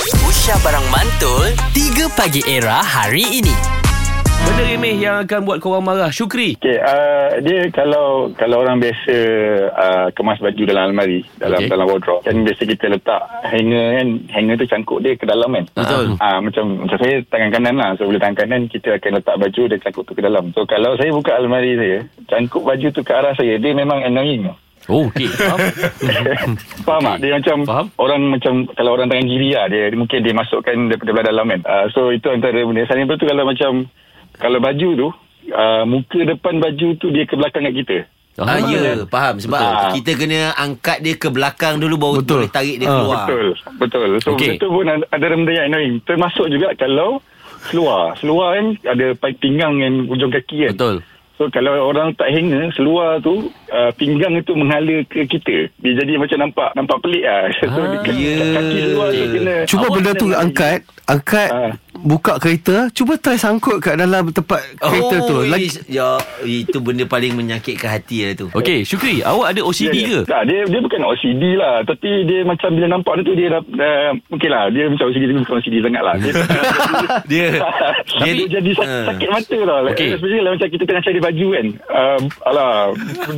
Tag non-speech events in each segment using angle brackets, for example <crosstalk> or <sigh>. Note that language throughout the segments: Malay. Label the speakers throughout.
Speaker 1: Aisyah Barang Mantul 3 Pagi Era hari ini
Speaker 2: Benda remeh yang akan buat korang marah Syukri
Speaker 3: Okey, uh, dia kalau kalau orang biasa uh, kemas baju dalam almari, dalam
Speaker 4: Okey.
Speaker 3: okay. dalam wardrobe, kan biasa kita letak hanger kan, hanger tu cangkuk dia ke dalam kan.
Speaker 4: Betul.
Speaker 3: Ah uh, macam macam saya tangan kanan lah, so bila tangan kanan kita akan letak baju dia cangkuk tu ke dalam. So kalau saya buka almari saya, cangkuk baju tu ke arah saya, dia memang annoying.
Speaker 4: Oh, okey. <laughs>
Speaker 3: Faham tak? Dia macam
Speaker 4: Faham.
Speaker 3: orang macam kalau orang tangan kiri lah dia, dia mungkin dia masukkan daripada belah dalam kan. Uh, so itu antara benda. Selain daripada tu kalau macam kalau baju tu uh, muka depan baju tu dia ke belakang kat kita.
Speaker 4: Ah,
Speaker 5: Ah, ya, faham sebab
Speaker 3: Betul.
Speaker 5: kita kena angkat dia ke belakang dulu baru Betul. boleh tarik
Speaker 4: Ah.
Speaker 5: dia keluar.
Speaker 3: Betul, betul. So okay.
Speaker 4: Okey.
Speaker 3: itu pun ada ada benda yang annoying. Termasuk juga kalau seluar. Seluar kan ada pa- pinggang dengan ujung kaki kan.
Speaker 4: Betul.
Speaker 3: So kalau orang tak hanger seluar tu uh, pinggang itu menghala ke kita. Dia jadi macam nampak nampak pelik lah. <laughs> So ah,
Speaker 5: ya.
Speaker 3: kaki seluar tu kena
Speaker 6: Cuba
Speaker 3: Awak
Speaker 6: benda
Speaker 3: kena
Speaker 6: tu
Speaker 3: menghala.
Speaker 6: angkat Angkat
Speaker 3: Ah.
Speaker 6: Buka kereta Cuba try sangkut kat dalam tempat kereta tu
Speaker 5: ini-
Speaker 6: Lagi
Speaker 5: Oh, ya, itu benda paling menyakitkan hati lah tu.
Speaker 4: Okey, Syukri, awak ada OCD
Speaker 3: Dia-
Speaker 4: ke?
Speaker 3: Tak, dia dia bukan OCD lah, tapi dia macam bila nampak dia tu dia dah uh, okeylah, dia macam OCD tapi bukan OCD sangat lah.
Speaker 4: <laughs>
Speaker 3: Dia,
Speaker 5: Dia
Speaker 3: <laughs> dia, dia jadi sak,
Speaker 5: Ah.
Speaker 3: sakit mata lah.
Speaker 4: Okey.
Speaker 3: Okay. Especially kalau macam kita tengah cari baju kan. Uh, alah,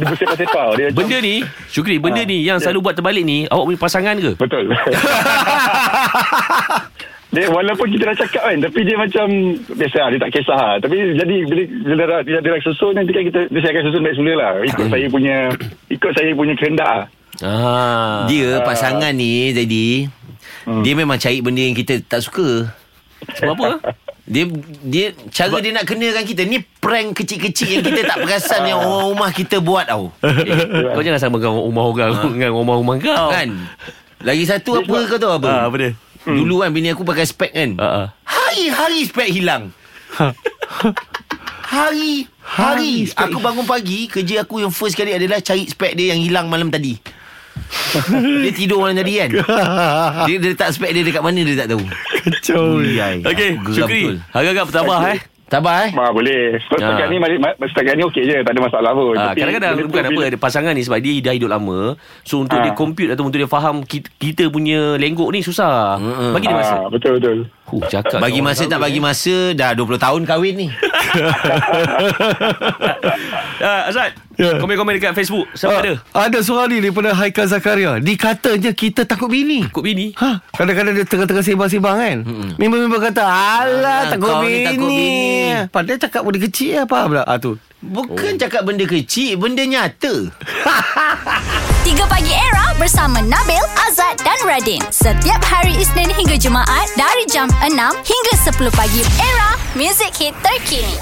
Speaker 3: bersepa-sepa. Dia macam-
Speaker 4: Benda ni, Syukri, benda
Speaker 3: Ah,
Speaker 4: ni
Speaker 3: ya.
Speaker 4: yang selalu buat terbalik ni, awak punya pasangan ke?
Speaker 3: Betul. <laughs> dia walaupun kita dah cakap kan tapi dia macam biasa lah, dia tak kisah lah. tapi jadi bila bila dah, bila dah susun nanti kan kita dia saya akan susun baik semula lah ikut saya punya ikut saya punya kehendak lah
Speaker 4: Ah.
Speaker 5: dia pasangan ni jadi dia memang cari benda yang kita tak suka.
Speaker 4: Sebab apa?
Speaker 5: <laughs> Dia dia cara dia nak kenakan kita ni prank kecil-kecil yang kita tak perasan
Speaker 4: Ah.
Speaker 5: yang orang rumah kita buat tau.
Speaker 4: Eh, kau jangan samakan rumah orang
Speaker 6: Ah.
Speaker 4: dengan rumah-rumah kau.
Speaker 5: Kan? Lagi satu apa kau tahu apa?
Speaker 4: Oh. Ah, apa dia?
Speaker 5: Dulu kan bini aku pakai spek kan.
Speaker 4: Ah, Ha. ah.
Speaker 5: Hari-hari spek hilang. Hari Hari Aku bangun pagi Kerja aku yang first kali adalah Cari spek dia yang hilang malam
Speaker 4: <laughs>
Speaker 5: tadi Dia tidur malam tadi kan Dia, dia letak spek dia dekat mana Dia tak tahu
Speaker 6: kacau
Speaker 5: Uyai,
Speaker 4: Okey,
Speaker 5: aku geram
Speaker 4: Syukri,
Speaker 5: betul.
Speaker 4: harap-harap bertabah eh.
Speaker 5: Tabah eh
Speaker 3: Ma, boleh. So, setakat
Speaker 4: Ah.
Speaker 3: ni mari- ma- setakat ni okey je, tak ada masalah pun. Tapi benda
Speaker 4: Ah, kadang-kadang
Speaker 3: tu
Speaker 4: bukan apa
Speaker 3: bila-
Speaker 4: ada pasangan ni sebab dia dah hidup lama. So untuk
Speaker 3: Ah.
Speaker 4: dia compute atau untuk dia faham kita, kita punya lenggok ni susah.
Speaker 5: Mm-mm.
Speaker 4: Bagi dia masa.
Speaker 3: Ah, betul betul.
Speaker 4: Huh, cakap
Speaker 5: Bagi
Speaker 4: orang
Speaker 5: masa tak
Speaker 4: kahwin,
Speaker 5: bagi
Speaker 4: eh.
Speaker 5: masa Dah 20 tahun kahwin ni
Speaker 4: Ah, Azad,
Speaker 6: Ya.
Speaker 4: komen-komen dekat Facebook.
Speaker 5: Ah.
Speaker 4: Siapa ada?
Speaker 6: Ah, Ada seorang ni Daripada Haikal Zakaria Dikatanya kita takut bini
Speaker 4: Kok bini.
Speaker 6: Ha, kadang-kadang dia tengah-tengah sembang-sembang kan Member-member kata Alah
Speaker 5: Ah,
Speaker 6: takut,
Speaker 5: kau
Speaker 6: bini.
Speaker 5: ni takut bini.
Speaker 6: Padahal cakap benda kecil apa pula ha, tu.
Speaker 4: Oh.
Speaker 5: Bukan cakap benda kecil Benda nyata
Speaker 7: 3 Pagi Era bersama Nabil, Azad dan Radin. Setiap hari Isnin hingga Jumaat dari jam 6 hingga 10 pagi. Era, music hit terkini.